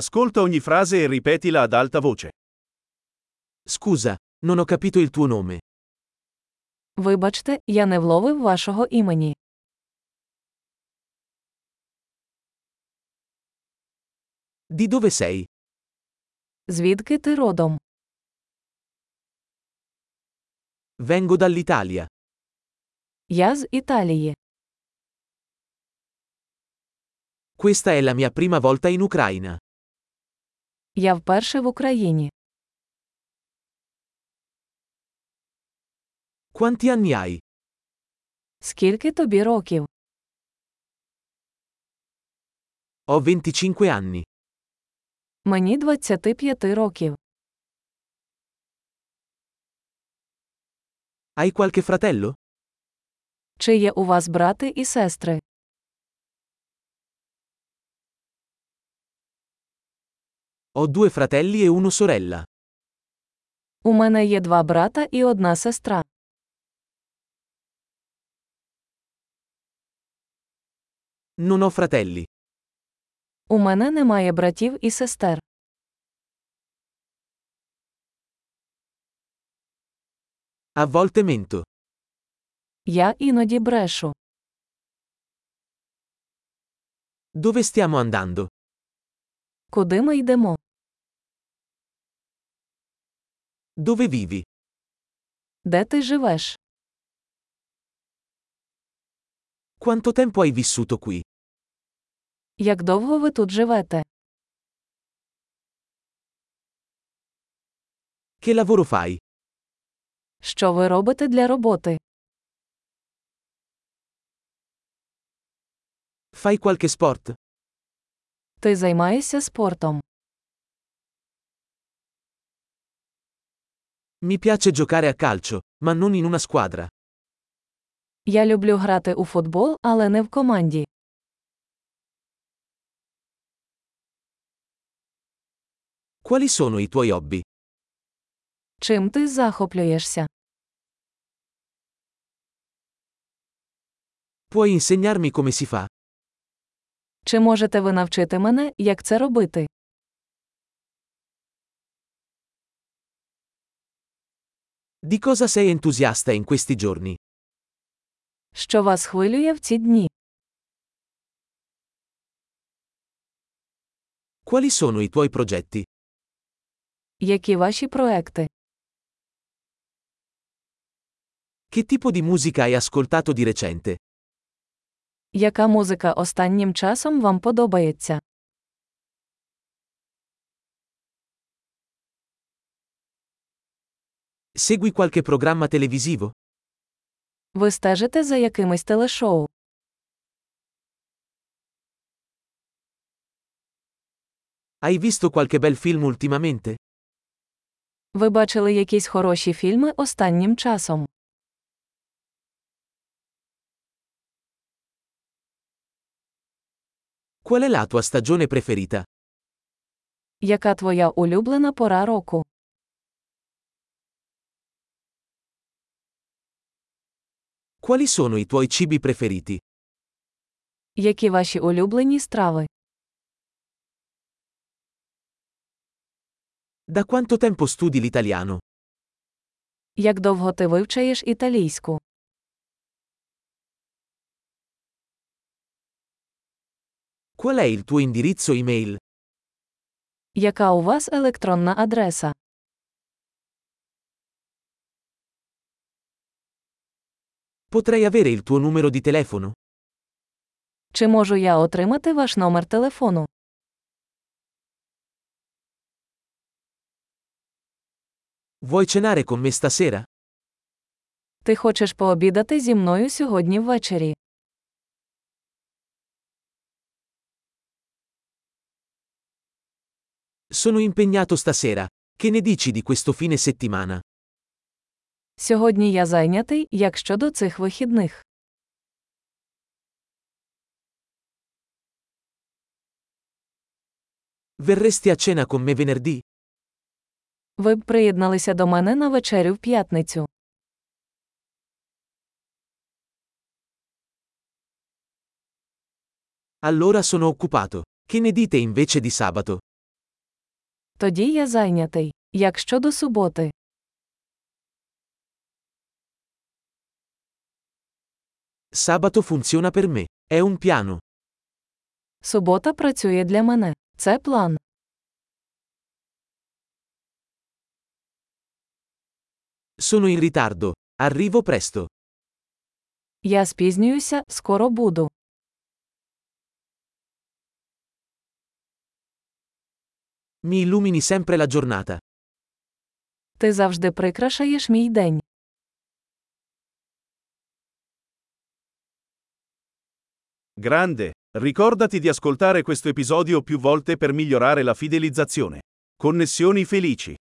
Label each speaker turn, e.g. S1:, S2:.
S1: Ascolta ogni frase e ripetila ad alta voce.
S2: Scusa, non ho capito il tuo nome.
S3: Вибачте, я не вловив вашого імені.
S2: Di dove sei?
S3: Звідки ти родом?
S2: Vengo dall'Italia.
S3: Я з Італії.
S2: Questa è la mia prima volta in Ucraina.
S3: Я вперше в Україні.
S2: Quanti anni hai?
S3: Скільки тобі років?
S2: Ho 25 anni.
S3: Мені 25 років.
S2: Hai qualche fratello?
S3: Чи є у вас брати і сестри?
S2: Ho due fratelli e una sorella.
S3: У мене є два брата і одна сестра.
S2: Non ho fratelli.
S3: У мене немає братів і сестер.
S2: A volte mento.
S3: Я іноді брешу.
S2: Dove stiamo andando?
S3: Куди ми йдемо?
S2: Dove vivi?
S3: Де ти живеш?
S2: Quanto tempo hai vissuto qui?
S3: Як довго ви тут живете?
S2: Che lavoro fai?
S3: Що ви робите для роботи?
S2: Fai qualche sport?
S3: Ти займаєшся спортом.
S2: Mi piace giocare a calcio, ma non in una squadra.
S3: Я люблю грати у футбол, але не в команді.
S2: Quali sono i tuoi hobby?
S3: Чим ти захоплюєшся?
S2: Puoi insegnarmi come si fa?
S3: Чи можете ви навчити мене, як це робити?
S2: Di cosa sei entusiasta in questi giorni?
S3: Що вас хвилює в ці дні?
S2: Quali sono i tuoi progetti?
S3: Які ваші проекти?
S2: Che tipo di musica hai ascoltato di recente?
S3: Яка музика останнім часом вам подобається?
S2: Segui qualche programma televisivo?
S3: Ви стежите за якимись телешоу?
S2: Hai visto qualche bel film ultimamente?
S3: Ви бачили якісь хороші фільми останнім часом?
S2: Qual è la tua stagione preferita?
S3: Яка твоя улюблена пора року?
S2: Quali sono i tuoi cibi preferiti?
S3: Які ваші улюблені страви?
S2: Da quanto tempo studi l'italiano?
S3: Як довго ти вивчаєш італійську?
S2: Qual è il tuo indirizzo email?
S3: Яка у вас електронна адреса?
S2: Potrei avere il tuo numero di telefono?
S3: Чи можу я отримати ваш номер телефону?
S2: Vuoi cenare con me stasera?
S3: Ти хочеш пообідати зі мною сьогодні ввечері?
S2: Sono impegnato stasera. Che ne dici di questo fine settimana?
S3: Сьогодні я зайнятий, як щодо цих вихідних.
S2: Verresti a cena con me venerdì?
S3: Ви б приєдналися до мене на вечерю в п'ятницю.
S2: Allora sono occupato. Che ne dite invece di sabato?
S3: Тоді я зайнятий. Як щодо суботи?
S2: Sabato funziona per me. È un piano.
S3: Субота працює для мене. Це план.
S2: Sono in ritardo. Arrivo presto.
S3: Я спізнююся, скоро буду.
S2: Mi illumini sempre la giornata.
S3: Ти завжди прикрашаєш мій день.
S1: Grande! Ricordati di ascoltare questo episodio più volte per migliorare la fidelizzazione. Connessioni felici.